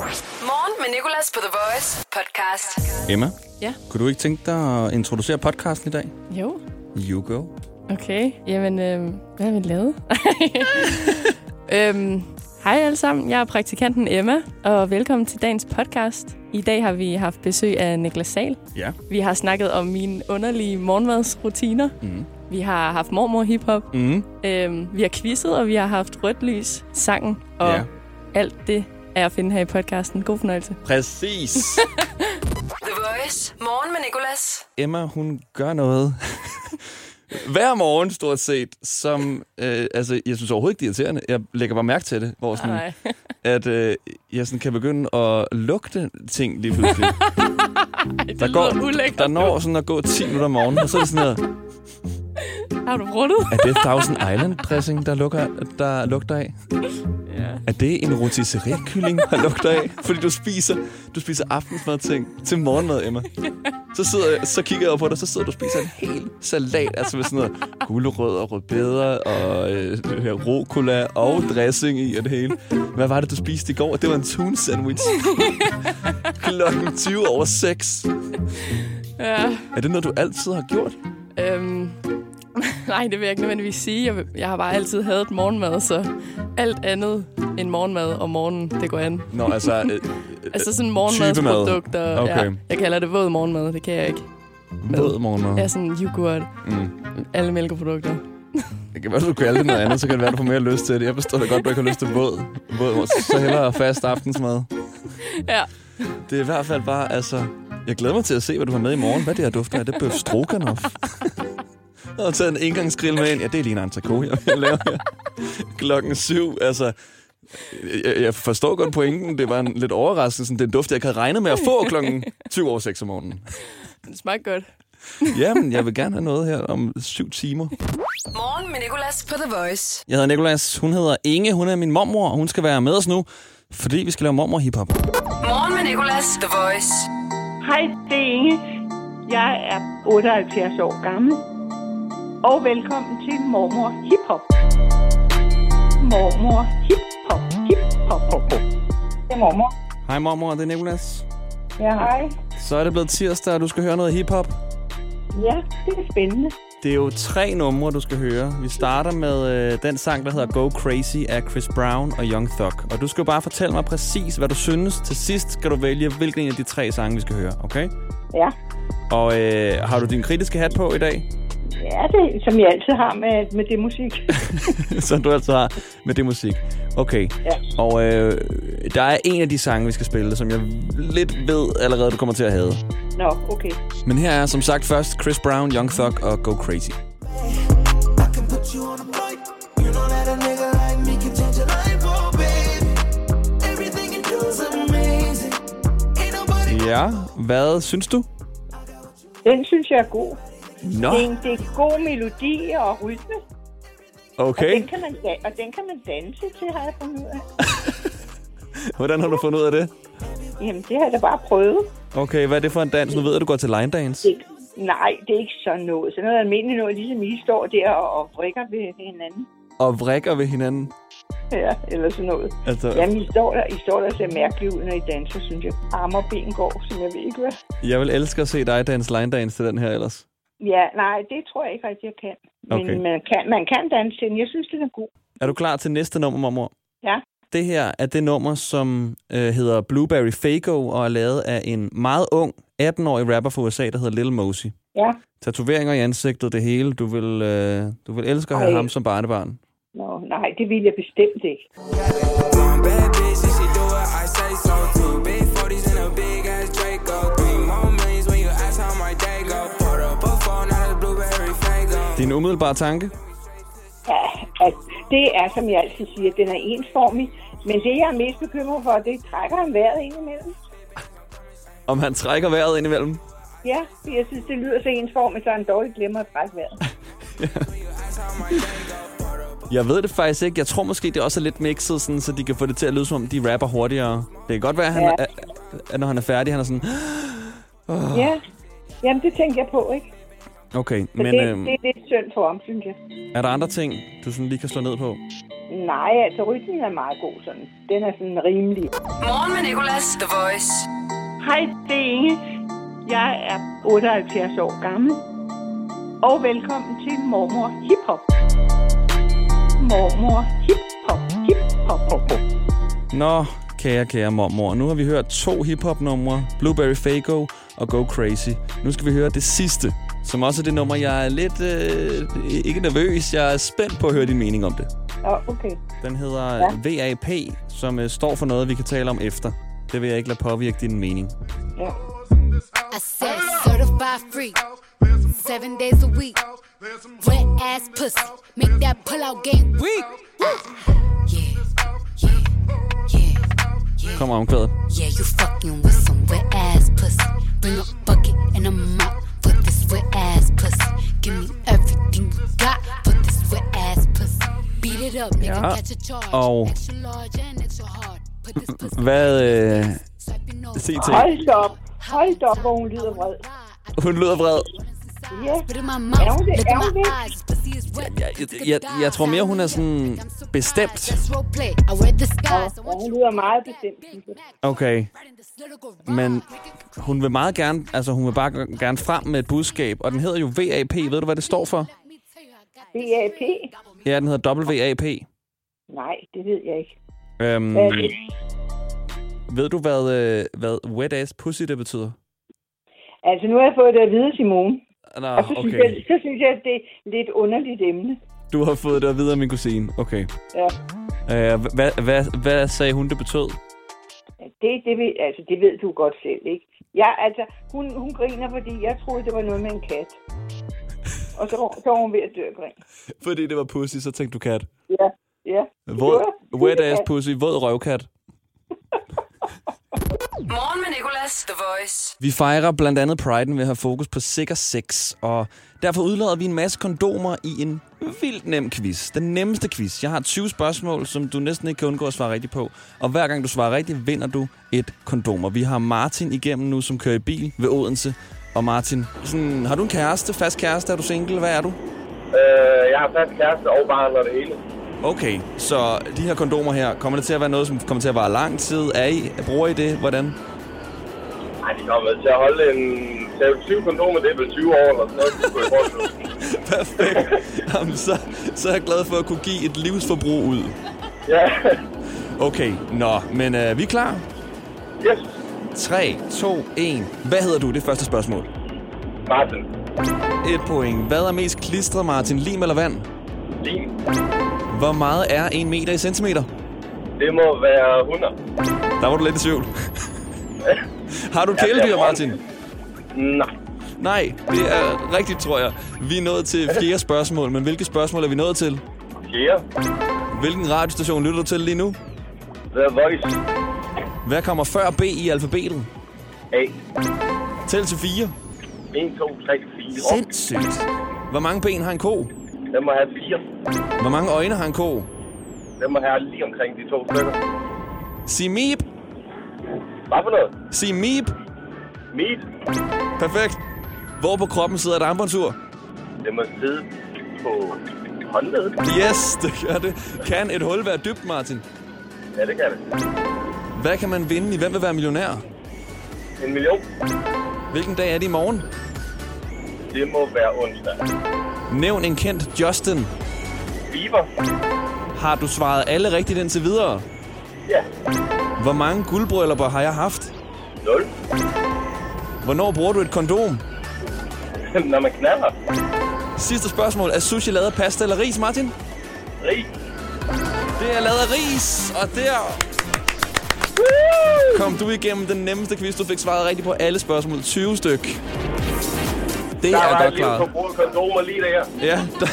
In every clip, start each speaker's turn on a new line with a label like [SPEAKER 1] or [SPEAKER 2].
[SPEAKER 1] Morgen med Nicolas på The Voice podcast.
[SPEAKER 2] Emma,
[SPEAKER 3] Ja.
[SPEAKER 2] kunne du ikke tænke dig at introducere podcasten i dag?
[SPEAKER 3] Jo,
[SPEAKER 2] You go.
[SPEAKER 3] okay. Jamen, øh, hvad har vi lavet? øhm, hej alle sammen, jeg er praktikanten Emma, og velkommen til dagens podcast. I dag har vi haft besøg af Niklas Sal.
[SPEAKER 2] Ja.
[SPEAKER 3] Vi har snakket om mine underlige morgenmadsrutiner.
[SPEAKER 2] Mm.
[SPEAKER 3] Vi har haft mormor hiphop.
[SPEAKER 2] Mm.
[SPEAKER 3] Øhm, vi har quizzet, og vi har haft rødt lys, sangen og
[SPEAKER 2] Ja.
[SPEAKER 3] ja. alt det er at finde her i podcasten. God fornøjelse.
[SPEAKER 2] Mm. Præcis.
[SPEAKER 1] The Voice. Morgen med Nicolas.
[SPEAKER 2] Emma, hun gør noget. Hver morgen, stort set, som... Øh, altså, jeg synes overhovedet ikke, det er irriterende. Jeg lægger bare mærke til det, hvor sådan,
[SPEAKER 3] Ej.
[SPEAKER 2] at øh, jeg sådan kan begynde at lugte ting lige pludselig. der, går,
[SPEAKER 3] lyder ulækkert.
[SPEAKER 2] der når sådan at gå 10 minutter om morgenen, og så er det sådan noget,
[SPEAKER 3] Har du bruttet?
[SPEAKER 2] er det Thousand Island dressing, der, lukker, der lugter af?
[SPEAKER 3] Ja.
[SPEAKER 2] Er det en rotisserie-kylling, der lugter af? Fordi du spiser, du spiser aftensmad-ting til morgenmad, Emma. Så, sidder jeg, så kigger jeg over på dig, så sidder du og spiser en hel salat, altså med sådan noget gulerødder, rødbeder og øh, det her rucola og dressing i og det hele. Hvad var det, du spiste i går? Det var en tun sandwich. Klokken 20 over 6.
[SPEAKER 3] ja.
[SPEAKER 2] Er det noget, du altid har gjort?
[SPEAKER 3] Øhm, nej, det vil jeg ikke nødvendigvis sige. Jeg, jeg har bare altid hadet morgenmad, så alt andet end morgenmad om morgenen, det går an.
[SPEAKER 2] Nå, altså... Øh, øh,
[SPEAKER 3] Altså sådan morgenmadsprodukter.
[SPEAKER 2] Okay.
[SPEAKER 3] Ja, jeg kalder det våd morgenmad, det kan jeg ikke.
[SPEAKER 2] våd øh, morgenmad.
[SPEAKER 3] Ja, sådan yoghurt,
[SPEAKER 2] Mm.
[SPEAKER 3] alle mælkeprodukter.
[SPEAKER 2] Det kan være, du kan kalde det noget andet, så kan det være, du får mere lyst til det. Jeg forstår da godt, du ikke har lyst til våd. våd så- så hellere fast aftensmad.
[SPEAKER 3] Ja.
[SPEAKER 2] Det er i hvert fald bare, altså... Jeg glæder mig til at se, hvad du har med i morgen. Hvad det her dufter af, det er bøf stroganoff. Jeg har taget en engangsgrill med ind. Ja, det er lige en entrecote, jeg vil lave her. Klokken syv, altså... Jeg, jeg forstår godt pointen. Det var en lidt overraskelse. Det er en duft, jeg ikke havde regnet med at få klokken 20 over 6 om morgenen.
[SPEAKER 3] Det smager godt.
[SPEAKER 2] Jamen, jeg vil gerne have noget her om 7 timer.
[SPEAKER 1] Morgen med Nicolas på The Voice.
[SPEAKER 2] Jeg hedder Nikolas, hun hedder Inge, hun er min mormor, og hun skal være med os nu, fordi vi skal lave mormor hiphop.
[SPEAKER 1] Morgen med Nicolas. The Voice.
[SPEAKER 4] Hej, det er Inge. Jeg er 78 år gammel. Og velkommen til Mormor Hip Hop. Mormor Hip Hop. Hip Hop. hop, hop. Det er mormor.
[SPEAKER 2] Hej mormor, det er Nikolas.
[SPEAKER 4] Ja, hej.
[SPEAKER 2] Så er det blevet tirsdag, og du skal høre noget hiphop.
[SPEAKER 4] Ja, det er spændende.
[SPEAKER 2] Det er jo tre numre, du skal høre. Vi starter med øh, den sang, der hedder Go Crazy af Chris Brown og Young Thug. Og du skal jo bare fortælle mig præcis, hvad du synes. Til sidst skal du vælge, hvilken en af de tre sange, vi skal høre, okay?
[SPEAKER 4] Ja,
[SPEAKER 2] Og øh, har du din kritiske hat på i dag?
[SPEAKER 4] ja det er, som jeg altid har med, med det musik.
[SPEAKER 2] som du altså har med det musik. Okay.
[SPEAKER 4] Ja.
[SPEAKER 2] Og øh, der er en af de sange, vi skal spille, som jeg lidt ved allerede, du kommer til at have.
[SPEAKER 4] Nå, okay.
[SPEAKER 2] Men her er som sagt først Chris Brown, Young Thug og Go Crazy.
[SPEAKER 5] I can put you on a flight. You know that a nigga like me can change your life, oh baby. Everything you do is amazing. Ain't nobody
[SPEAKER 2] Ja, hvad synes du?
[SPEAKER 4] Den synes jeg er god.
[SPEAKER 2] Nå,
[SPEAKER 4] Det er, en, det er en god melodi og rytme.
[SPEAKER 2] okay.
[SPEAKER 4] Den kan man, da- og den kan man danse til, har jeg fundet ud af.
[SPEAKER 2] Hvordan har du fundet ud af det?
[SPEAKER 4] Jamen, det har jeg da bare prøvet.
[SPEAKER 2] Okay, hvad er det for en dans? Nu ved jeg, at du går til line dance.
[SPEAKER 4] Det, nej, det er ikke sådan noget. Sådan noget almindeligt noget, ligesom I står der og, og vrikker ved ved hinanden.
[SPEAKER 2] Og vrikker ved hinanden.
[SPEAKER 4] Ja, eller sådan noget.
[SPEAKER 2] Altså,
[SPEAKER 4] Jamen, I står der, I står der og ser mærkeligt ud, når I danser, synes jeg. Arme og ben går, som jeg ved ikke, hvad.
[SPEAKER 2] jeg vil elske at se dig danse line dance til den her ellers.
[SPEAKER 4] Ja, nej, det tror jeg ikke rigtig, jeg kan. Men
[SPEAKER 2] Okay.
[SPEAKER 4] man, kan, man kan danse til den. Jeg synes, den er god.
[SPEAKER 2] Er du klar til næste nummer, mormor?
[SPEAKER 4] Ja.
[SPEAKER 2] Det her er det nummer, som øh, hedder Blueberry Fago og er lavet af en meget ung 18-årig rapper fra USA, der hedder Lil Mosey.
[SPEAKER 4] Ja.
[SPEAKER 2] Tatoveringer i ansigtet, det hele. Du vil, øh, du vil elske at have
[SPEAKER 4] Ej.
[SPEAKER 2] ham som barnebarn.
[SPEAKER 4] Nå, nej, det vil jeg bestemt ikke.
[SPEAKER 6] One bad bitch, if she do it, I say so too. Big 40s and a big ass Draco. Three more millions when you ask how my day go. Put up a phone, not a blueberry fango.
[SPEAKER 2] Din umiddelbare tanke?
[SPEAKER 4] Ja, at det er, som jeg altid siger, den er ensformig. Men det, jeg er mest bekymret for, det trækker han vejret ind imellem.
[SPEAKER 2] Om han trækker vejret indimellem?
[SPEAKER 4] Ja, fordi jeg synes, det lyder så ensformigt, så han dårligt glemmer at trække vejret.
[SPEAKER 2] Jeg ved det faktisk ikke. Jeg tror måske, det også er lidt mixet, sådan, så de kan få det til at lyde som om, de rapper hurtigere. Det kan godt være, at, han,
[SPEAKER 4] Ja.
[SPEAKER 2] at, at når han er færdig, han er sådan...
[SPEAKER 4] Ja, jamen det tænkte jeg på, ikke?
[SPEAKER 2] Okay,
[SPEAKER 4] Så
[SPEAKER 2] men
[SPEAKER 4] det,
[SPEAKER 2] øhm,
[SPEAKER 4] det er lidt synd for ham, synes jeg.
[SPEAKER 2] er der andre ting, du sådan lige kan slå ned på?
[SPEAKER 4] Nej, altså rytmen er meget god sådan. Den er sådan rimelig.
[SPEAKER 1] Morgen med Nicolas, The Voice.
[SPEAKER 4] Hej, det er Inge. Jeg er 78 år gammel. Og velkommen til Mormor Hip Hop. Mormor Hip Hop. Hip Hop. hop, hop.
[SPEAKER 2] Nå, kære, kære mormor. Nu har vi hørt to hiphop-numre, Blueberry Fago og Go Crazy. Nu skal vi høre det sidste, som også er det nummer, jeg er lidt... Øh, ikke nervøs, jeg er spændt på at høre din mening om det.
[SPEAKER 4] Nå, okay.
[SPEAKER 2] Den hedder ja. VAP, som øh, står for noget, vi kan tale om efter. Det vil jeg ikke lade påvirke din mening.
[SPEAKER 4] Ja.
[SPEAKER 7] I said certified freak, seven days a week. Wet ass pussy, make that pull out game weak. Yeah, yeah, yeah, yeah.
[SPEAKER 2] Kom omkvædet.
[SPEAKER 7] Yeah, you fucking with some wet ass pussy. Bring a bucket and a mop for this wet ass pussy. Give me everything you got for this wet ass pussy. Beat it up, nigga,
[SPEAKER 2] Ja.
[SPEAKER 7] catch a charge.
[SPEAKER 2] Og-
[SPEAKER 7] Extra large and extra hard. Put this pussy
[SPEAKER 2] Hvad... Øh,
[SPEAKER 7] swiping over.
[SPEAKER 2] CT?
[SPEAKER 4] Hold da op. Hold da op, hvor hun lyder vred.
[SPEAKER 2] Hun lyder vred.
[SPEAKER 4] Ja.
[SPEAKER 7] Look at my
[SPEAKER 4] Er
[SPEAKER 7] mouth,
[SPEAKER 4] hun det?
[SPEAKER 7] look
[SPEAKER 4] Er
[SPEAKER 7] at
[SPEAKER 4] hun
[SPEAKER 7] my
[SPEAKER 4] det?
[SPEAKER 7] eyes. Pussy is wet.
[SPEAKER 2] Jeg, jeg, jeg, jeg tror mere, hun er sådan bestemt.
[SPEAKER 7] Let's role play. I wear this guy.
[SPEAKER 4] Og hun lyder meget bestemt, synes jeg.
[SPEAKER 2] Okay, men
[SPEAKER 7] Men
[SPEAKER 2] hun vil meget gerne, altså hun vil bare g- gerne frem med et budskab, og den hedder jo VAP. Ved du, hvad det står for?
[SPEAKER 4] BAP?
[SPEAKER 2] Ja, den hedder WAP.
[SPEAKER 4] Nej, det ved jeg ikke.
[SPEAKER 2] Øhm,
[SPEAKER 4] Hvad er det?
[SPEAKER 2] ved du, hvad, øh, hvad wet ass pussy det betyder?
[SPEAKER 4] Altså, nu har jeg fået det at vide, Simone.
[SPEAKER 2] Nå,
[SPEAKER 4] Og så, okay. synes jeg, så synes jeg, at det er et lidt underligt emne.
[SPEAKER 2] Du har fået det at vide af min kusine. Okay.
[SPEAKER 4] Ja.
[SPEAKER 2] Øh, hvad, hvad, hvad sagde hun, det betød?
[SPEAKER 4] Det, det, ved, altså, det ved du godt selv, ikke? Ja, altså, hun, hun griner, fordi jeg troede, det var noget med en kat. Og så, så var hun ved at dø af grin.
[SPEAKER 2] Fordi det var pussy, så tænkte du kat.
[SPEAKER 4] Ja, ja.
[SPEAKER 2] Våd,
[SPEAKER 4] Ja.
[SPEAKER 2] wet ass pussy, våd røvkat.
[SPEAKER 1] Morgen med Nicolas, The Voice.
[SPEAKER 2] Vi fejrer blandt andet Pride'en ved at have fokus på sikker sex, og derfor udlader vi en masse kondomer i en vildt nem quiz. Den nemmeste quiz. Jeg har 20 spørgsmål, som du næsten ikke kan undgå at svare rigtigt på, og hver gang du svarer rigtigt, vinder du et kondom. Og vi har Martin igennem nu, som kører i bil ved Odense. Og Martin, sådan, har du en kæreste, fast kæreste, er du single, hvad er du?
[SPEAKER 8] Øh, jeg har fast kæreste og barn og det hele.
[SPEAKER 2] Okay, så de her kondomer her, kommer det til at være noget, som kommer til at vare lang tid? Er I, bruger I det? Hvordan?
[SPEAKER 8] Ej, de kommer til at holde en... Til 20 kondomer, det er vel 20 år eller sådan noget, det kunne jeg forestille mig.
[SPEAKER 2] Perfekt. Jamen, så, så er jeg glad for at kunne give et livsforbrug ud.
[SPEAKER 8] Ja,
[SPEAKER 2] Okay, nå, men øh, vi er klar.
[SPEAKER 8] yes.
[SPEAKER 2] 3, 2, 1. Hvad hedder du? Det er første spørgsmål.
[SPEAKER 8] Martin,
[SPEAKER 2] Et point. Hvad er mest klistret, Martin? Lim eller vand?
[SPEAKER 8] Lin,
[SPEAKER 2] Hvor meget er en meter i centimeter?
[SPEAKER 8] det må være 100.
[SPEAKER 2] Der var du lidt i tvivl. Har du kæledyr, Martin?
[SPEAKER 8] Nej,
[SPEAKER 2] Nej, det er rigtigt, tror jeg. Vi er nået til fjerde spørgsmål, men hvilke spørgsmål er vi nået til?
[SPEAKER 8] fjerde.
[SPEAKER 2] Hvilken radiostation lytter du til lige nu?
[SPEAKER 8] The Voice,
[SPEAKER 2] Hvad kommer før B i alfabetet?
[SPEAKER 8] A.
[SPEAKER 2] Tæl til 4.
[SPEAKER 8] 1, 2, 3, 4.
[SPEAKER 2] Sindssygt. Hvor mange ben har en ko?
[SPEAKER 8] Den må have fire.
[SPEAKER 2] Hvor mange øjne har en ko?
[SPEAKER 8] Den må have lige omkring de to stykker.
[SPEAKER 2] Sig mip.
[SPEAKER 8] Hvad for noget?
[SPEAKER 2] Sig mip.
[SPEAKER 8] Meat,
[SPEAKER 2] Perfekt. Hvor på kroppen sidder et armbåndsur?
[SPEAKER 8] det må sidde på håndledet.
[SPEAKER 2] Yes, det gør det. Kan et hul være dybt, Martin?
[SPEAKER 8] Ja, det kan det.
[SPEAKER 2] Hvad kan man vinde i Hvem vil være millionær?
[SPEAKER 8] En million,
[SPEAKER 2] Hvilken dag er det i morgen?
[SPEAKER 8] det må være onsdag.
[SPEAKER 2] Nævn en kendt Justin.
[SPEAKER 8] Beaver,
[SPEAKER 2] Har du svaret alle rigtigt indtil videre?
[SPEAKER 8] ja.
[SPEAKER 2] Hvor mange guldbryllupper har jeg haft?
[SPEAKER 8] 0.
[SPEAKER 2] Hvornår bruger du et kondom?
[SPEAKER 8] Når man knaller.
[SPEAKER 2] Sidste spørgsmål. Er sushi lavet af pasta eller ris, Martin?
[SPEAKER 8] Rig.
[SPEAKER 2] Det er lavet af ris, og der kom du igennem den nemmeste quiz. Du fik svaret rigtigt på alle spørgsmål. 20 styk. Det
[SPEAKER 8] Der
[SPEAKER 2] er
[SPEAKER 8] var
[SPEAKER 2] godt
[SPEAKER 8] lige
[SPEAKER 2] klaret.
[SPEAKER 8] på brug af kondomer lige der.
[SPEAKER 2] Ja. Der...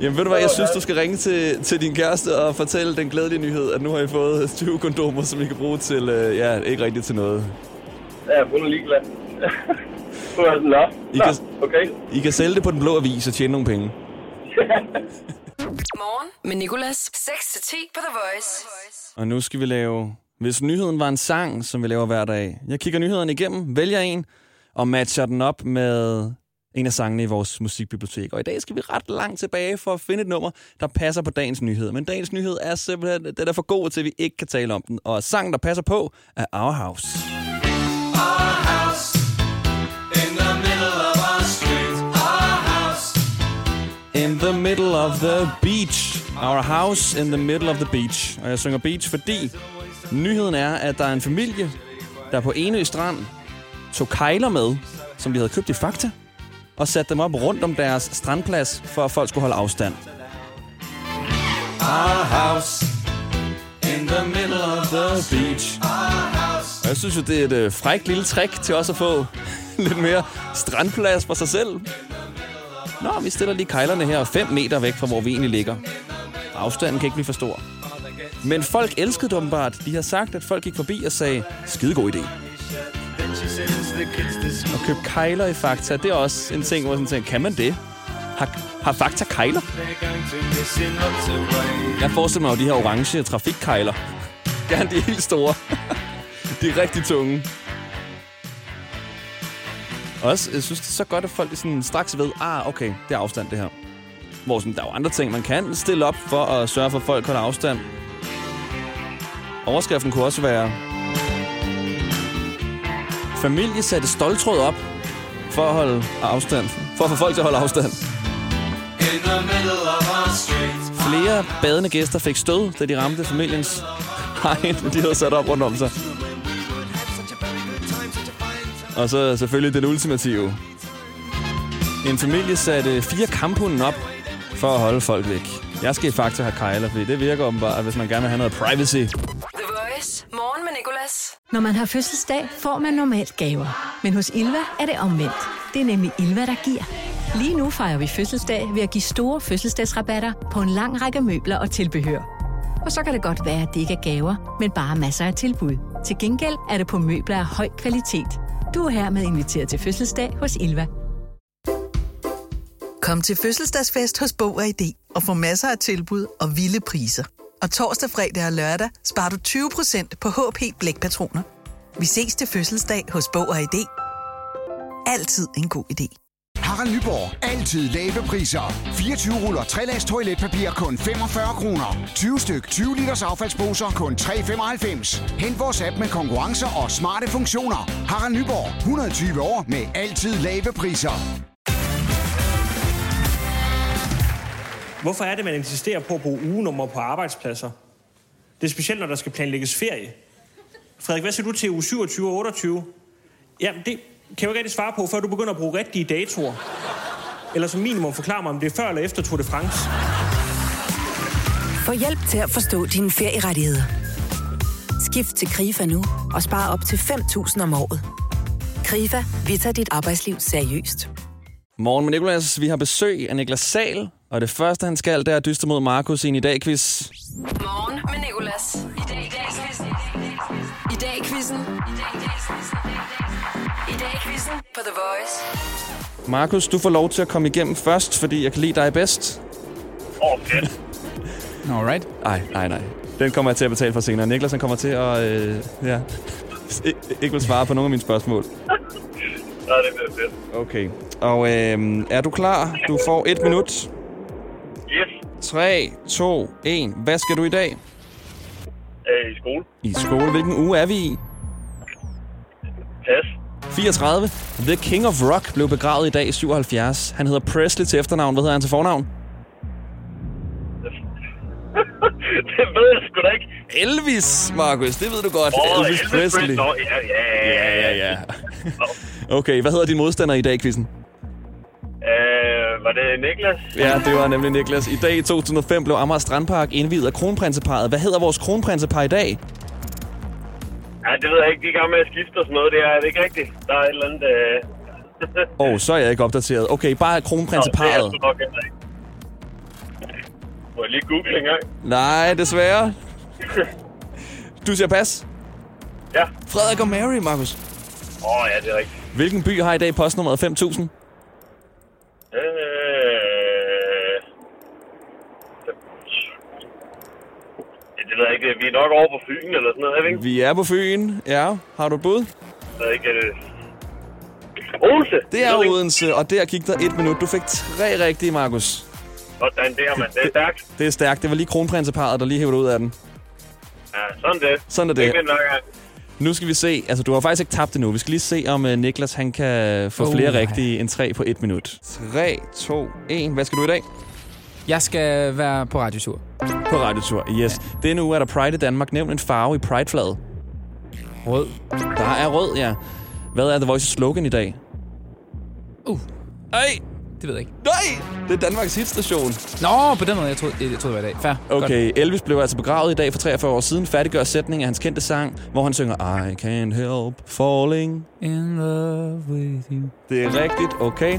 [SPEAKER 2] Jamen ved du hvad, jeg synes, du skal ringe til, til din kæreste og fortælle den glædelige nyhed, at nu har I fået 20 kondomer, som I kan bruge til, øh, ja, ikke rigtigt til noget.
[SPEAKER 8] Ja, hun er ligeglad. hun er sådan, nå,
[SPEAKER 2] I
[SPEAKER 8] nå,
[SPEAKER 2] kan-
[SPEAKER 8] okay.
[SPEAKER 2] I kan sælge det på den blå avis og tjene nogle penge.
[SPEAKER 1] Morgen med Nicolas. 6 til 10 på The Voice.
[SPEAKER 2] Og nu skal vi lave... Hvis nyheden var en sang, som vi laver hver dag. Jeg kigger nyhederne igennem, vælger en og matcher den op med en af sangene i vores musikbibliotek. Og i dag skal vi ret langt tilbage for at finde et nummer, der passer på dagens nyhed. Men dagens nyhed er simpelthen, den er for god til, at vi ikke kan tale om den. Og sangen, der passer på, er Our House. In the middle of the beach. Our house in the middle of the beach. Og jeg synger beach, fordi nyheden er, at der er en familie, der på Enø Strand tog kejler med, som de havde købt i Fakta, og satte dem op rundt om deres strandplads, for at folk skulle holde afstand. Our house in the middle of the beach. Og jeg synes jo, det er et øh, frækt lille trick til også at få lidt mere strandplads for sig selv. Nå, vi stiller lige kejlerne her 5 meter væk fra, hvor vi egentlig ligger. Afstanden kan ikke blive for stor. Men folk elskede det åbenbart. De har sagt, at folk gik forbi og sagde, skidegod idé. At købe kejler i Fakta, det er også en ting, hvor sådan tænker, kan man det? Har, har Fakta kejler? Jeg forestiller mig jo de her orange trafikkejler. Gerne de helt store. de er rigtig tunge. Også, jeg synes, det er så godt, at folk sådan straks ved, ah, okay, det er afstand, det her. Hvor sådan, der er jo andre ting, man kan stille op for at sørge for, at folk holder afstand. Overskriften kunne også være... Familie satte stoltråd op for at holde afstand. For at få folk til at holde afstand. Flere badende gæster fik stød, da de ramte familiens hegn, de havde sat op rundt om sig. Og så selvfølgelig den ultimative. En familie satte fire kamphunden op for at holde folk væk. Jeg skal i Fakta have kejler, fordi det virker åbenbart, hvis man gerne vil have noget privacy.
[SPEAKER 1] The Voice. Morgen med Nicolas.
[SPEAKER 9] Når man har fødselsdag, får man normalt gaver. Men hos Ilva er det omvendt. Det er nemlig Ilva, der giver. Lige nu fejrer vi fødselsdag ved at give store fødselsdagsrabatter på en lang række møbler og tilbehør. Og så kan det godt være, at det ikke er gaver, men bare masser af tilbud. Til gengæld er det på møbler af høj kvalitet. Du er hermed inviteret til fødselsdag hos Ilva.
[SPEAKER 10] Kom til fødselsdagsfest hos Bog og ID og få masser af tilbud og vilde priser. Og torsdag, fredag og lørdag sparer du 20% på HP Blækpatroner. Vi ses til fødselsdag hos Bog og ID. Altid en god idé.
[SPEAKER 11] Harald Nyborg. Altid lave priser. 24 ruller 3-lags toiletpapir kun 45 kroner. 20 styk 20 liters affaldsposer kun 3,95. Hent vores app med konkurrencer og smarte funktioner. Harald Nyborg. 120 år med altid lave priser.
[SPEAKER 12] Hvorfor er det, man insisterer på at bruge ugenummer på arbejdspladser? Det er specielt, når der skal planlægges ferie. Frederik, hvad siger du til uge 27 og 28? Jamen, det kan jeg jo ikke rigtig svare på, før du begynder at bruge rigtige datoer. Eller som minimum forklare mig, om det er før eller efter Tour de France.
[SPEAKER 13] Få hjælp til at forstå dine ferierettigheder. Skift til KRIFA nu og spare op til 5.000 om året. KRIFA, vi tager dit arbejdsliv seriøst.
[SPEAKER 2] Morgen med Nikolas. Vi har besøg af Niklas Sal, og det første, han skal, det er at dyste mod Markus i en i dag-quiz.
[SPEAKER 1] Morgen med Nicolas. I dag i dag quizzen. I dag quizzen. I dag i dag quizzen. I dag quizzen på The Voice.
[SPEAKER 2] Markus, du får lov til at komme igennem først, fordi jeg kan lide dig bedst.
[SPEAKER 8] Okay.
[SPEAKER 14] Alright.
[SPEAKER 2] Nej, nej, nej. Den kommer jeg til at betale for senere. Niklas, han kommer til at... Øh, ja. I, ikke vil svare på nogle af mine spørgsmål.
[SPEAKER 8] Ja, det bliver fedt.
[SPEAKER 2] Okay. Og øh, er du klar? Du får et minut.
[SPEAKER 8] Yes.
[SPEAKER 2] 3, 2, 1. Hvad skal du i dag?
[SPEAKER 8] Øh, I skole.
[SPEAKER 2] I skole. Hvilken uge er vi i?
[SPEAKER 8] Pas.
[SPEAKER 2] 34. The King of Rock blev begravet i dag i 77. Han hedder Presley til efternavn. Hvad hedder han til fornavn?
[SPEAKER 8] det ved jeg sgu da ikke.
[SPEAKER 2] Elvis, Markus. Det ved du godt.
[SPEAKER 8] Åh,
[SPEAKER 2] Elvis Presley.
[SPEAKER 8] Nå, ja, ja, ja.
[SPEAKER 2] Ja, ja. Okay, hvad hedder din modstander i dag, quizzen?
[SPEAKER 8] Øh, var det Niklas?
[SPEAKER 2] Ja, det var nemlig Niklas. I dag i 2005 blev Amager Strandpark indviet af kronprinseparet. Hvad hedder vores kronprinsepar i dag?
[SPEAKER 8] Ja, det ved jeg ikke. De er i gang med at skifte og sådan noget. Det er, er det ikke rigtigt. Der er et eller andet... Øh...
[SPEAKER 2] Åh, oh, så er jeg ikke opdateret. Okay, bare
[SPEAKER 8] Nå, det er
[SPEAKER 2] kronprinseparet.
[SPEAKER 8] sgu nok heller ikke. Må jeg lige google en gang?
[SPEAKER 2] Nej, desværre. Du siger pas.
[SPEAKER 8] Ja.
[SPEAKER 2] Frederik og Mary, Markus.
[SPEAKER 8] Åh, oh, ja, det er rigtigt.
[SPEAKER 2] Hvilken by har i dag postnummeret 5.000?
[SPEAKER 8] Øh... Ja, det ved jeg ikke. Vi er nok over på Fyn eller sådan noget, er vi ikke?
[SPEAKER 2] Vi er på Fyn. Ja, har du et bud?
[SPEAKER 8] Jeg ved ikke, er det... øh, Odense.
[SPEAKER 2] Det er Odense, og der gik der et minut. Du fik tre rigtige, Markus.
[SPEAKER 8] Sådan der, mand. Det er stærkt.
[SPEAKER 2] Det er stærkt. Det var lige kronprinseparet, der lige hævde ud af den.
[SPEAKER 8] Ja, sådan det.
[SPEAKER 2] Sådan er det.
[SPEAKER 8] Det er nok, at
[SPEAKER 2] Nu skal vi se. Altså, du har faktisk ikke tabt det nu. Vi skal lige se, om øh, Niklas han kan få
[SPEAKER 14] Oh,
[SPEAKER 2] flere
[SPEAKER 14] nej.
[SPEAKER 2] rigtige end tre på et minut. 3, 2, 1. Hvad skal du i dag?
[SPEAKER 14] Jeg skal være på radiotur.
[SPEAKER 2] På radiotur, yes. Ja. Denne uge er der Pride i Danmark. Nævn en farve i Pride-flaget. Rød. Der er rød, ja. Hvad er The Voice's slogan i dag?
[SPEAKER 14] Uh.
[SPEAKER 2] Ej!
[SPEAKER 14] Det ved jeg ikke.
[SPEAKER 2] Nej! Det er Danmarks hitstation.
[SPEAKER 14] Nå, på den måde, jeg troede, jeg troede det var i dag. Fair.
[SPEAKER 2] Okay, Godt. Elvis blev altså begravet i dag for 43 år siden. Færdiggør sætningen af hans kendte sang, hvor han synger I can't help falling
[SPEAKER 14] In love with you.
[SPEAKER 2] Det er rigtigt, okay.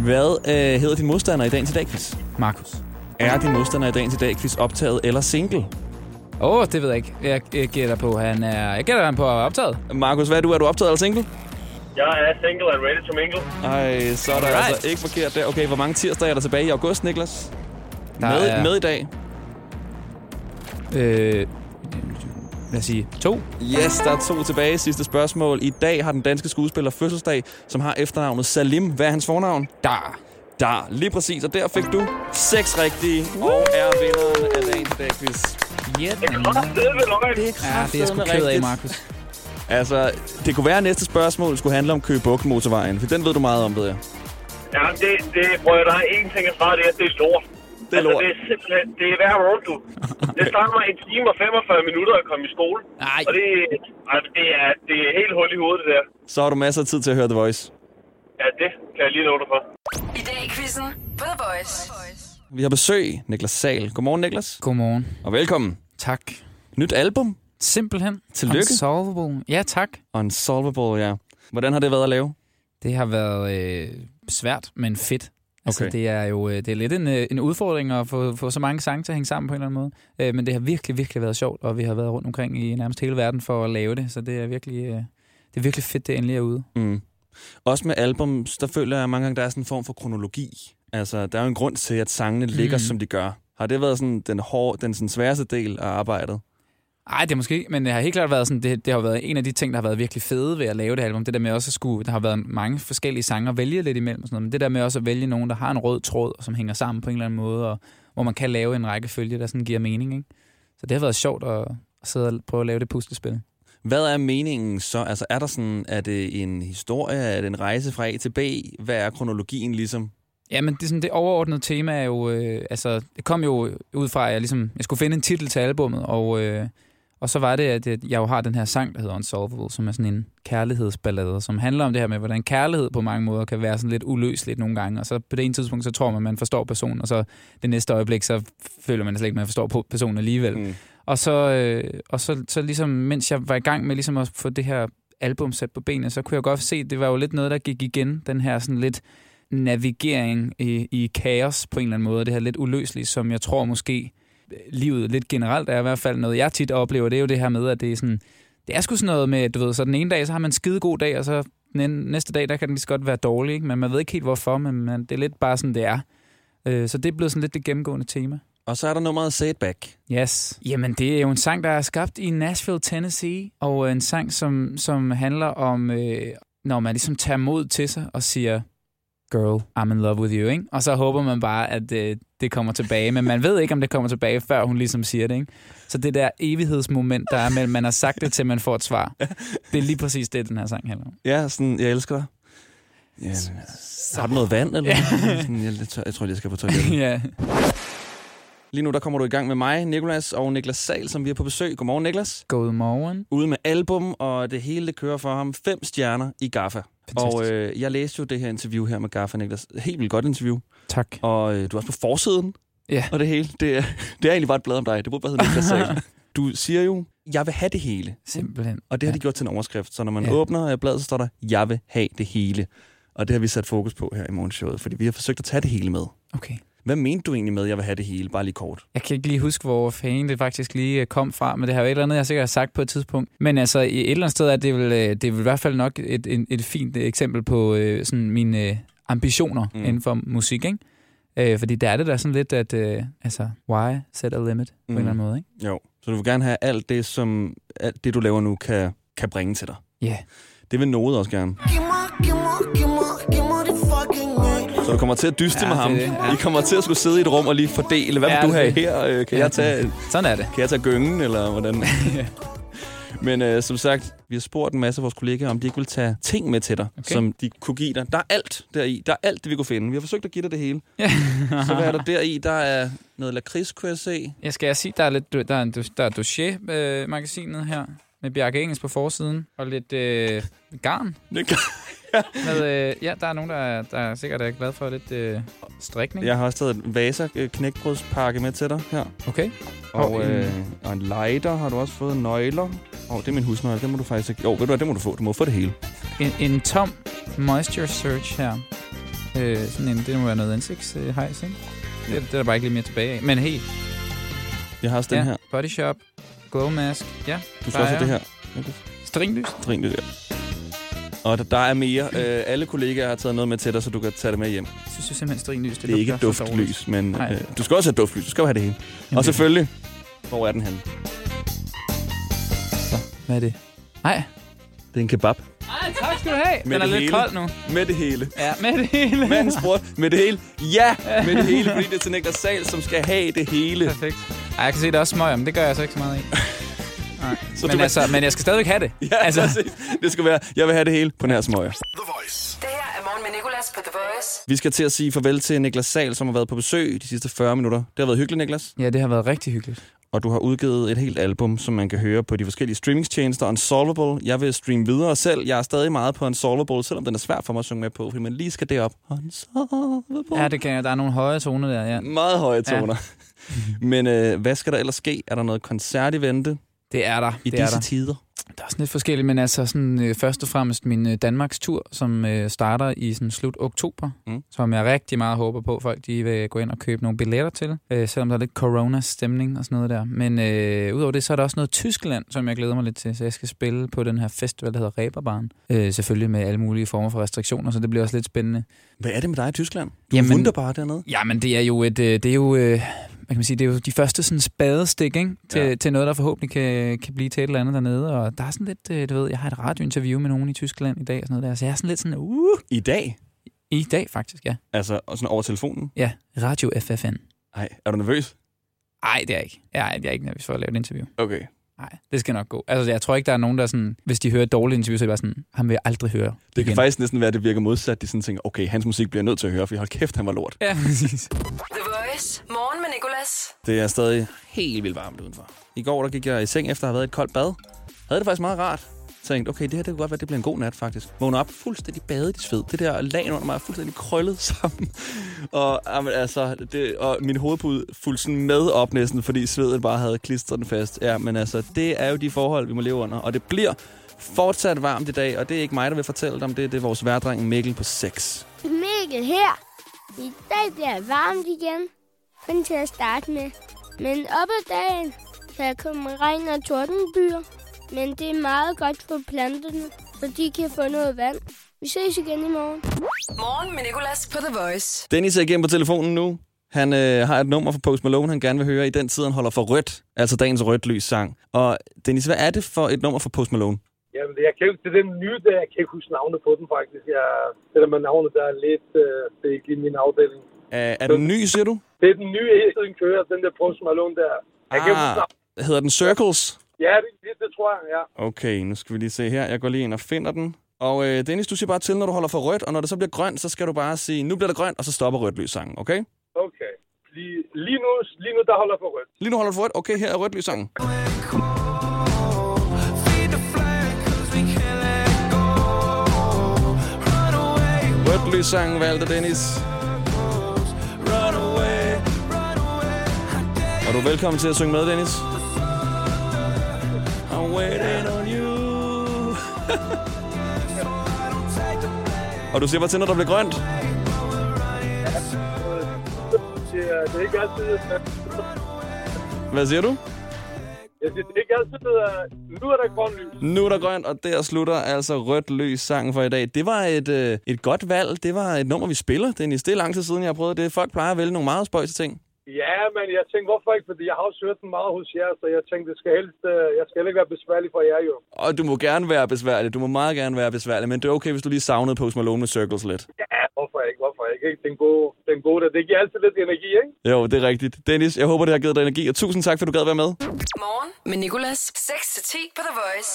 [SPEAKER 2] Hvad øh, hedder din modstander i dagens i dag, quiz?
[SPEAKER 14] Markus.
[SPEAKER 2] Er din modstander i dagens i dag, quiz optaget eller single?
[SPEAKER 14] Åh, oh, det ved jeg ikke. Jeg, jeg gætter på, han er... Jeg gætter, han er på optaget.
[SPEAKER 2] Markus, hvad er du? Er du optaget eller single?
[SPEAKER 8] jeg er single and ready to mingle.
[SPEAKER 2] Ej, så er der
[SPEAKER 8] Alright.
[SPEAKER 2] right. altså ikke forkert der. Okay, hvor mange tirsdage er der tilbage i august, Niklas?
[SPEAKER 14] Der
[SPEAKER 2] med,
[SPEAKER 14] er-
[SPEAKER 2] med i dag.
[SPEAKER 14] Øh, lad os sige to.
[SPEAKER 2] Yes, der er to tilbage. Sidste spørgsmål. I dag har den danske skuespiller fødselsdag, som har efternavnet Salim. Hvad er hans fornavn?
[SPEAKER 14] Dar.
[SPEAKER 2] Dar, lige præcis. Og der fik du seks rigtige, og er vinderen af dagens dagquiz.
[SPEAKER 14] Yeah,
[SPEAKER 8] det er kraftedeme løgn.
[SPEAKER 2] Det er
[SPEAKER 14] Ja, det er jeg sgu ked af,
[SPEAKER 2] rigtigt.
[SPEAKER 14] Markus.
[SPEAKER 2] Altså, det kunne være, at næste spørgsmål skulle handle om Køge Bugt motorvejen, for den ved du meget om, ved jeg.
[SPEAKER 8] Ja, det, det, prøv at der er én ting, jeg svarer, det er, det er lort.
[SPEAKER 2] Det er lort.
[SPEAKER 8] Altså, det er simpelthen, det er hver rundt, du. Det starter mig en time og 45 minutter at komme i skole.
[SPEAKER 14] Nej.
[SPEAKER 8] Og det, altså, det, er, det er helt hul i hovedet, det der.
[SPEAKER 2] Så har du masser af tid til at høre The Voice.
[SPEAKER 8] Ja, det kan jeg lige love dig for.
[SPEAKER 1] I dag i quizzen på The Voice.
[SPEAKER 2] Vi har besøg, Niklas Sal. Godmorgen, Niklas.
[SPEAKER 14] Godmorgen.
[SPEAKER 2] Og velkommen.
[SPEAKER 14] Tak.
[SPEAKER 2] Nyt album.
[SPEAKER 14] Simpelthen.
[SPEAKER 2] Tillykke.
[SPEAKER 14] Unsolvable. Ja, tak.
[SPEAKER 2] Unsolvable, ja. Hvordan har det været at lave?
[SPEAKER 14] Det har været øh, svært, men fedt. Altså,
[SPEAKER 2] Okay.
[SPEAKER 14] det er jo øh, det er lidt en, øh, en udfordring at få, få så mange sange til at hænge sammen på en eller anden måde. Øh, men det har virkelig, virkelig været sjovt, og vi har været rundt omkring i nærmest hele verden for at lave det. Så det er virkelig, øh, det er virkelig fedt, det endelig er ude.
[SPEAKER 2] Mm. Også med album, der føler jeg mange gange, der er sådan en form for kronologi. Altså, der er jo en grund til, at sangene
[SPEAKER 14] Mm.
[SPEAKER 2] ligger, som de gør. Har det været sådan den, hårde, den sådan sværeste del af arbejdet?
[SPEAKER 14] Nej, det er måske ikke, men det har helt klart været sådan, det, det har været en af de ting, der har været virkelig fede ved at lave det album. Det der med også at skulle, der har været mange forskellige sange at vælge lidt imellem og sådan noget, men det der med også at vælge nogen, der har en rød tråd, og som hænger sammen på en eller anden måde, og hvor man kan lave en rækkefølge, der sådan giver mening, ikke? Så det har været sjovt at, at sidde og prøve at lave det puslespil.
[SPEAKER 2] Hvad er meningen så? Altså, er der sådan, er det en historie? Er det en rejse fra A til B? Hvad er kronologien ligesom?
[SPEAKER 14] Ja, men det, er sådan, det overordnede tema er jo... Øh, altså, det kom jo ud fra, at jeg, ligesom, jeg skulle finde en titel til albummet, og, øh, og så var det, at at jeg jo har den her sang, der hedder Unsolvable, som er sådan en kærlighedsballade, som handler om det her med, hvordan kærlighed på mange måder kan være sådan lidt uløseligt nogle gange, og så på det ene tidspunkt, så tror man, at man forstår personen, og så det næste øjeblik, så føler man slet ikke, at man forstår på- personen alligevel.
[SPEAKER 2] Mm.
[SPEAKER 14] Og, så, øh, og så, så ligesom, mens jeg var i gang med ligesom at få det her album sat på benene, så kunne jeg godt se, at det var jo lidt noget, der gik igen, den her sådan lidt navigering i, i kaos på en eller anden måde, det her lidt uløselige, som jeg tror måske øh, livet lidt generelt er i hvert fald noget, jeg tit oplever, det er jo det her med, at det er sådan, det er sgu sådan noget med, du ved, så den ene dag, så har man en skide god dag, og så den anden- næste dag, der kan den lige så godt være dårlig, ikke? men man ved ikke helt hvorfor, men man, det er lidt bare sådan, det er. Øh, Så det er blevet sådan lidt det gennemgående tema.
[SPEAKER 2] Og så er der nummeret Say It Back.
[SPEAKER 14] Yes. Jamen, det er jo en sang, der er skabt i Nashville, Tennessee, og øh, en sang, som, som handler om, øh, når man ligesom tager mod til sig og siger, girl, I'm in love with you, ikke? Og så håber man bare, at øh, det kommer tilbage, men man ved ikke, om det kommer tilbage, før hun ligesom siger det, ikke? Så det der evighedsmoment, der er mellem, man har sagt det, til man får et svar, det er lige præcis det, den her sang handler om.
[SPEAKER 2] Ja, sådan, jeg elsker dig. Ja, har du noget vand, eller? Sådan, jeg, jeg, jeg tror, jeg skal på toilettet.
[SPEAKER 14] ja.
[SPEAKER 2] Lige nu der kommer du i gang med mig, Nikolas og Niklas Sal, som vi er på besøg. Godmorgen, Niklas.
[SPEAKER 14] Godmorgen.
[SPEAKER 2] Ude med album, og det hele det kører for ham. Fem stjerner i Gaffa. Og øh, jeg læste jo det her interview her med Gaffa, Niklas. Helt vildt godt interview.
[SPEAKER 14] Tak.
[SPEAKER 2] Og øh, du er også på forsiden.
[SPEAKER 14] Ja.
[SPEAKER 2] Og det hele, det, er- det er egentlig bare et blad om dig. Det burde bare hedde Niklas Sal. Du siger jo, jeg vil have det hele.
[SPEAKER 14] Simpelthen.
[SPEAKER 2] Og det har de gjort til en overskrift. Så når man
[SPEAKER 14] Ja.
[SPEAKER 2] ja. åbner øh, bladet, så står der, jeg vil have det hele. Og det har vi sat fokus på her i morgenshowet, fordi vi har forsøgt at tage det hele med.
[SPEAKER 14] Okay.
[SPEAKER 2] Hvad mente du egentlig med, at jeg vil have det hele? Bare lige kort.
[SPEAKER 14] Jeg kan ikke lige huske, hvor fanden det faktisk lige øh, kom fra, men det har jo et eller andet, jeg sikkert har sagt på et tidspunkt. Men altså, i et eller andet sted er det vel, øh, det er vel i hvert fald nok et, et, et fint øh, eksempel på øh, sådan mine øh, ambitioner mm.
[SPEAKER 2] Mm.
[SPEAKER 14] inden for musik, ikke? Øh, fordi der er det der sådan lidt, at øh, altså, why set a limit på mm. en
[SPEAKER 2] Mm.
[SPEAKER 14] eller anden måde, ikke?
[SPEAKER 2] Jo. Så du vil gerne have alt det, som alt det, du laver nu, kan, kan bringe til dig.
[SPEAKER 14] Ja.
[SPEAKER 2] Det vil noget også gerne.
[SPEAKER 5] Giv mig, giv mig Giv mig, giv mig det fucking øl.
[SPEAKER 2] Så du kommer til at dyste ja,
[SPEAKER 14] Ja,
[SPEAKER 2] med ham.
[SPEAKER 14] det er det.
[SPEAKER 2] Ja. I kommer til at skulle sidde i et rum og lige fordele. Hvad vil
[SPEAKER 14] Ja,
[SPEAKER 2] du have
[SPEAKER 14] det er
[SPEAKER 2] her?
[SPEAKER 14] det.
[SPEAKER 2] Øh, Kan
[SPEAKER 14] Ja,
[SPEAKER 2] jeg tage,
[SPEAKER 14] sådan er det.
[SPEAKER 2] Kan jeg tage gyngen, eller hvordan? Men øh, som sagt, vi har spurgt en masse af vores kollegaer, om de ikke vil tage ting med til dig, okay. som de kunne give dig. Der er alt deri. Der er alt, det vi kunne finde. Vi har forsøgt at give dig det hele. Ja. Så hvad er der deri? Der er noget lakrids, kunne jeg se.
[SPEAKER 14] Jeg skal jeg sige, der er lidt der er, en, dus- der er dossier-magasinet her, med Bjarke Engels på forsiden, og lidt øh, garn. med, øh, ja, der er nogen, der, er- der er sikkert er glad for lidt øh, strikning.
[SPEAKER 2] Jeg har også taget en Vasa øh, knækbrødspakke med til dig her.
[SPEAKER 14] Okay.
[SPEAKER 2] Og,
[SPEAKER 14] Og
[SPEAKER 2] og,
[SPEAKER 14] en-
[SPEAKER 2] øh, og en lighter har du også fået. Nøgler. Åh, oh, det er min husnøgle. Den må du faktisk ikke... Jo, ved du hvad, det må du få. Du må få det hele.
[SPEAKER 14] En, en tom moisture search her. Øh, sådan en, det må være noget ansigtshejs, ikke? Det, det er der bare ikke lige mere tilbage af. Men helt.
[SPEAKER 2] Jeg har også den
[SPEAKER 14] ja,
[SPEAKER 2] her.
[SPEAKER 14] Body shop, glow mask, ja.
[SPEAKER 2] Du skal også have det
[SPEAKER 14] bajer.
[SPEAKER 2] her.
[SPEAKER 14] Stringlys.
[SPEAKER 2] Stringlys, ja. Og der, der er mere. Øh, alle kollegaer har taget noget med til dig, så du kan tage det med hjem.
[SPEAKER 14] Jeg synes jo simpelthen, stringlys, det,
[SPEAKER 2] Det er ikke
[SPEAKER 14] lugter for
[SPEAKER 2] duftlys,
[SPEAKER 14] dårligt.
[SPEAKER 2] men
[SPEAKER 14] Nej.
[SPEAKER 2] øh, du skal også have duftlys. Du skal jo have det hele.
[SPEAKER 14] Jamen,
[SPEAKER 2] Og selvfølgelig, hvor er den henne?
[SPEAKER 14] Hvad er det? Nej.
[SPEAKER 2] Det er en kebab.
[SPEAKER 14] Ej, tak skal du have.
[SPEAKER 2] Med
[SPEAKER 14] den er
[SPEAKER 2] det
[SPEAKER 14] lidt
[SPEAKER 2] hele.
[SPEAKER 14] kold nu.
[SPEAKER 2] Med det hele.
[SPEAKER 14] Ja, med det hele.
[SPEAKER 2] Manden spurgte, med det hele. Ja, med det hele, fordi det er til Niklas Sal, som skal have det hele.
[SPEAKER 14] Perfekt. Ej, jeg kan se, der er også smøger, men det gør jeg så ikke så meget i. Nej.
[SPEAKER 2] Så
[SPEAKER 14] men,
[SPEAKER 2] du-
[SPEAKER 14] altså, men jeg skal stadigvæk have det.
[SPEAKER 2] Ja, altså. Det skal være, jeg vil have det hele på nær smøger.
[SPEAKER 1] Det her er Morgen med Nicolas på The Voice.
[SPEAKER 2] Vi skal til at sige farvel til Niklas Sal, som har været på besøg de sidste 40 minutter. Det har været hyggeligt, Niklas.
[SPEAKER 14] Ja, det har været rigtig hyggeligt.
[SPEAKER 2] Og du har udgivet et helt album, som man kan høre på de forskellige streamingstjenester. Unsolvable. Jeg vil streame videre selv. Jeg er stadig meget på Unsolvable, selvom den er svær for mig at synge med på, fordi man lige skal derop.
[SPEAKER 14] Ja, det kan jeg. Der er nogle høje toner der, ja.
[SPEAKER 2] Meget høje toner. Ja. Men øh, hvad skal der ellers ske? Er der noget koncert i vente?
[SPEAKER 14] Det er der.
[SPEAKER 2] I
[SPEAKER 14] det er
[SPEAKER 2] disse
[SPEAKER 14] der.
[SPEAKER 2] tider?
[SPEAKER 14] Der er sådan lidt forskelligt, men altså sådan, øh, først og fremmest min øh, Danmarks tur, som øh, starter i sådan, slut oktober,
[SPEAKER 2] Mm.
[SPEAKER 14] mm. som jeg rigtig meget håber på, folk de vil gå ind og købe nogle billetter til, øh, selvom der er lidt corona-stemning og sådan noget der. Men øh, udover det, så er der også noget Tyskland, som jeg glæder mig lidt til, så jeg skal spille på den her festival, der hedder Reberbaren. Øh, selvfølgelig med alle mulige former for restriktioner, så det bliver også lidt spændende.
[SPEAKER 2] Hvad er det med dig i Tyskland? Du Jamen, er wunderbar dernede.
[SPEAKER 14] Jamen, det er jo et, øh, det er jo, øh, hvad kan man sige, det er jo de første sådan spadestik, ikke? Til, ja. til noget, der forhåbentlig kan, kan blive til et eller andet dernede. Og der er sådan lidt, øh, du ved, jeg har et radiointerview med nogen i Tyskland i dag og sådan noget der, så jeg er sådan lidt sådan, uh!
[SPEAKER 2] I dag?
[SPEAKER 14] I dag faktisk, ja.
[SPEAKER 2] Altså og sådan over telefonen?
[SPEAKER 14] Ja, Radio FFN.
[SPEAKER 2] Nej, er du nervøs?
[SPEAKER 14] Nej, det er jeg ikke. Jeg er, jeg er ikke nervøs for at lave et interview.
[SPEAKER 2] Okay.
[SPEAKER 14] Nej, det skal nok gå. Altså, jeg tror ikke, der er nogen, der er sådan, hvis de hører et dårligt interview, så er det bare sådan, ham vil jeg aldrig høre.
[SPEAKER 2] Det kan faktisk næsten være, at det virker modsat. De sådan tænker, okay, hans musik bliver jeg nødt til at høre, for hold kæft, han var lort.
[SPEAKER 14] Ja, præcis.
[SPEAKER 1] The Voice. Morgen med Nicolas.
[SPEAKER 2] Det er stadig helt vildt varmt udenfor. I går der gik jeg i seng efter at have været i et koldt bad. Havde det faktisk meget rart. Tænkte, okay, det her det kunne godt være, det bliver en god nat faktisk. Vågner op fuldstændig badet i sved. Det der lag under mig er fuldstændig krøllet sammen. Og, jamen, altså, det, og min hovedpude fulgte sådan med op næsten, fordi svedet bare havde klistret den fast. Ja, men altså, det er jo de forhold, vi må leve under. Og det bliver fortsat varmt i dag, og det er ikke mig, der vil fortælle dem. Det, det er vores værdreng Mikkel på 6.
[SPEAKER 15] Mikkel her. I dag bliver det varmt igen. Kun til at starte med. Men op ad dagen kan komme regn og tordenbyer. Men det er meget godt for planterne, så de kan få noget vand. Vi ses igen i morgen.
[SPEAKER 1] Morgen med Nicolas på The Voice.
[SPEAKER 2] Dennis er igennem på telefonen nu. Han øh, har et nummer for Post Malone, han gerne vil høre i den tid, han holder for rødt. Altså dagens rødt lys sang. Og Dennis, hvad er det for et nummer for Post Malone?
[SPEAKER 16] Jamen, jeg kan ikke, det er den nye, der jeg kan ikke huske navnet på den faktisk. Jeg sætter med navnet, der er lidt, øh, det er ikke lige min afdeling.
[SPEAKER 2] Er, er den ny, siger du?
[SPEAKER 16] Det er den nye, den kører, den der Post Malone der. Jeg kan
[SPEAKER 2] Ah.
[SPEAKER 16] ikke huske navnet.
[SPEAKER 2] hedder den Circles?
[SPEAKER 16] Ja, det, det, det, tror jeg, ja.
[SPEAKER 2] Okay, nu skal vi lige se her. Jeg går lige ind og finder den. Og øh, Dennis, du siger bare til, når du holder for rødt, og når det så bliver grønt, så skal du bare sige, nu bliver det grønt, og så stopper rødt lys sangen, okay?
[SPEAKER 16] Okay. Lige, lige, nu, lige nu, der holder jeg for rødt.
[SPEAKER 2] Lige nu holder du for rødt, okay, her er rødt lys sangen. Rødt lys sangen valgte Dennis. Og du er velkommen til at synge med, Dennis. I'm waiting on you. Og du siger bare til, når der bliver grønt.
[SPEAKER 16] Det, er- det er ikke altid...
[SPEAKER 2] Hvad siger du?
[SPEAKER 16] Jeg siger, det er ikke altid... øh, Nu er der grøn lys.
[SPEAKER 2] Nu er der grønt, og der slutter altså rødt løs sangen for i dag. Det var et, øh, et godt valg. Det var et nummer, vi spiller, Dennis. Det er lang tid siden, jeg har prøvet det. Folk plejer at vælge nogle meget spøjse ting.
[SPEAKER 16] Ja, men jeg tænkte, hvorfor ikke? Fordi jeg har også hørt den meget hos jer, så jeg tænkte, det skal helst, øh, jeg skal heller ikke være besværlig for jer jo.
[SPEAKER 2] Og du må gerne være besværlig. Du må meget gerne være besværlig, men det er okay, hvis du lige savnede Post Malone med Circles lidt.
[SPEAKER 16] Ja, hvorfor ikke? Hvorfor ikke? ikke? Den gode, den gode der. Det giver altid lidt energi, ikke?
[SPEAKER 2] Jo, det er rigtigt. Dennis, jeg håber, det har givet dig energi, og tusind tak, for du gad være med.
[SPEAKER 1] Morgen med Nicolas. 6-10 på The Voice.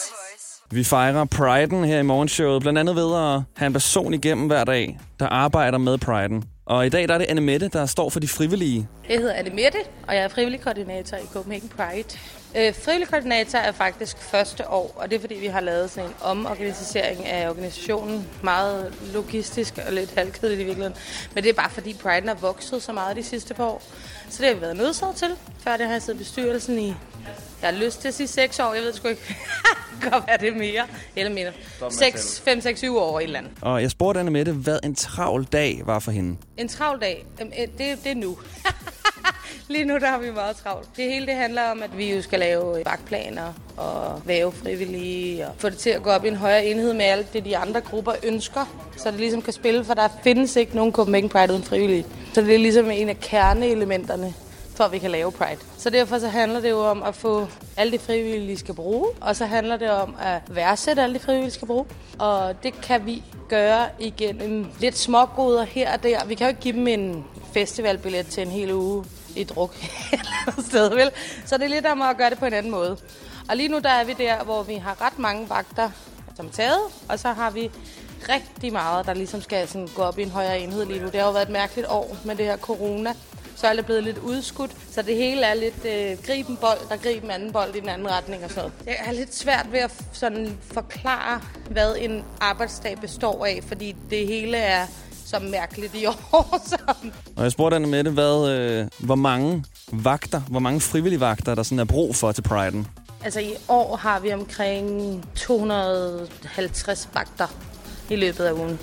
[SPEAKER 2] Vi fejrer Priden her i morgenshowet, blandt andet ved at have en person igennem hver dag, der arbejder med Priden. Og i dag der er det Anne Mette, der står for de frivillige.
[SPEAKER 17] Jeg hedder Anne Mette, og jeg er frivillig koordinator i Copenhagen Pride. Øh, frivillig koordinator er faktisk første år, og det er fordi, vi har lavet sådan en omorganisering af organisationen. Meget logistisk og lidt halvkedeligt i virkeligheden. Men det er bare fordi, Pride har vokset så meget de sidste par år. Så det har vi været nødsaget til. Før det har jeg siddet i bestyrelsen i, jeg har lyst til at sige 6 år, jeg ved det sgu ikke. Det kan godt være det er mere, eller mindre.
[SPEAKER 2] Stop med at
[SPEAKER 17] 6, 5, 6, 7 år i et eller andet.
[SPEAKER 2] Og jeg spurgte Anne Mette, hvad en travl dag var for hende.
[SPEAKER 17] En travl dag, Jamen, øh, det, det er nu. Lige nu der har vi meget travlt. Det hele det handler om, at vi jo skal lave øh, vagtplaner og væve frivillige og få det til at gå op i en højere enhed med alt det, de andre grupper ønsker, så det ligesom kan spille, for der findes ikke nogen Copenhagen Pride uden frivillige. Så det er ligesom en af kerneelementerne for at vi kan lave Pride. Så derfor så handler det jo om at få alle de frivillige, de skal bruge, og så handler det om at værdsætte alle de frivillige, de skal bruge. Og det kan vi gøre igennem lidt smågoder her og der. Vi kan jo ikke give dem en festivalbillet til en hel uge i druk et eller andet sted, vel? Så det er lidt om at gøre det på en anden måde. Og lige nu der er vi der, hvor vi har ret mange vagter, som er taget, og så har vi rigtig meget, der ligesom skal sådan gå op i en højere enhed lige nu. Det har jo været et mærkeligt år med det her corona, så alt er blevet lidt udskudt, så det hele er lidt øh, grib en bold, der grib en anden bold i den anden retning og sådan noget. Det er lidt svært ved at f- sådan forklare, hvad en arbejdsdag består af, fordi det hele er så mærkeligt i år. Så
[SPEAKER 2] Og jeg spurgte Anne Mette, hvad, øh, hvor mange vagter, hvor mange frivillige vagter, der sådan er brug for til Priden.
[SPEAKER 17] Altså i år har vi omkring 250 vagter i løbet af ugen.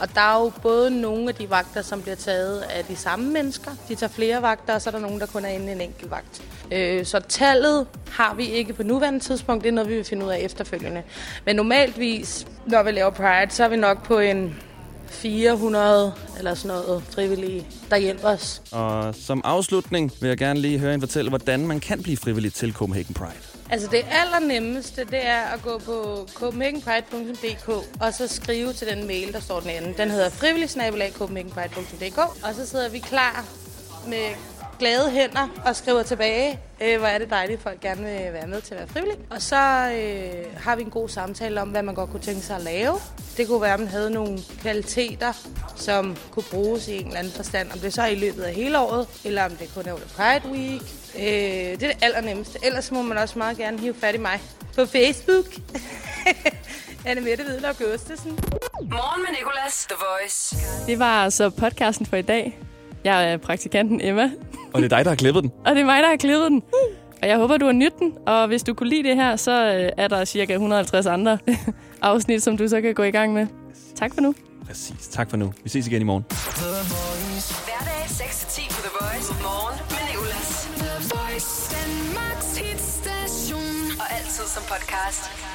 [SPEAKER 17] Og der er jo både nogle af de vagter, som bliver taget af de samme mennesker. De tager flere vagter, og så er der nogen, der kun er inde en enkelt vagt. Øh, så tallet har vi ikke på nuværende tidspunkt. Det er noget, vi vil finde ud af efterfølgende. Men normaltvis, når vi laver Pride, så er vi nok på en 400 eller sådan noget frivillige, der hjælper os.
[SPEAKER 2] Og som afslutning vil jeg gerne lige høre hende fortælle, hvordan man kan blive frivillig til Copenhagen Pride.
[SPEAKER 17] Altså det allernemmeste, det er at gå på copenhagenpride.dk og så skrive til den mail, der står den anden. Den hedder frivilligsnabelag.copenhagenpride.dk og så sidder vi klar med glade hænder og skriver tilbage, øh, hvor er det dejligt, at folk gerne vil være med til at være frivillig. Og så øh, har vi en god samtale om, hvad man godt kunne tænke sig at lave. Det kunne være, at man havde nogle kvaliteter, som kunne bruges i en eller anden forstand. Om det så er i løbet af hele året, eller om det kun er under Pride Week. Øh, det er det allernemmeste. Ellers må man også meget gerne hive fat i mig på Facebook. Anne Mette Hvidløb Gustafsen.
[SPEAKER 1] Morgen med Nicolas. The Voice.
[SPEAKER 3] Det var så podcasten for i dag. Jeg er praktikanten Emma,
[SPEAKER 2] Og det er dig, der har klippet den.
[SPEAKER 3] og det er mig, der har klippet den. Og jeg håber, du har nydt den. Og hvis du kunne lide det her, så øh, er der cirka 150 andre afsnit, som du så kan gå i gang med. Tak for nu.
[SPEAKER 2] Præcis. Tak for nu. Vi ses igen i morgen.
[SPEAKER 1] Hverdag 6-10 på The Voice. Morgen med Nicolas. The Voice. Danmarks hitstation. Og altid som podcast.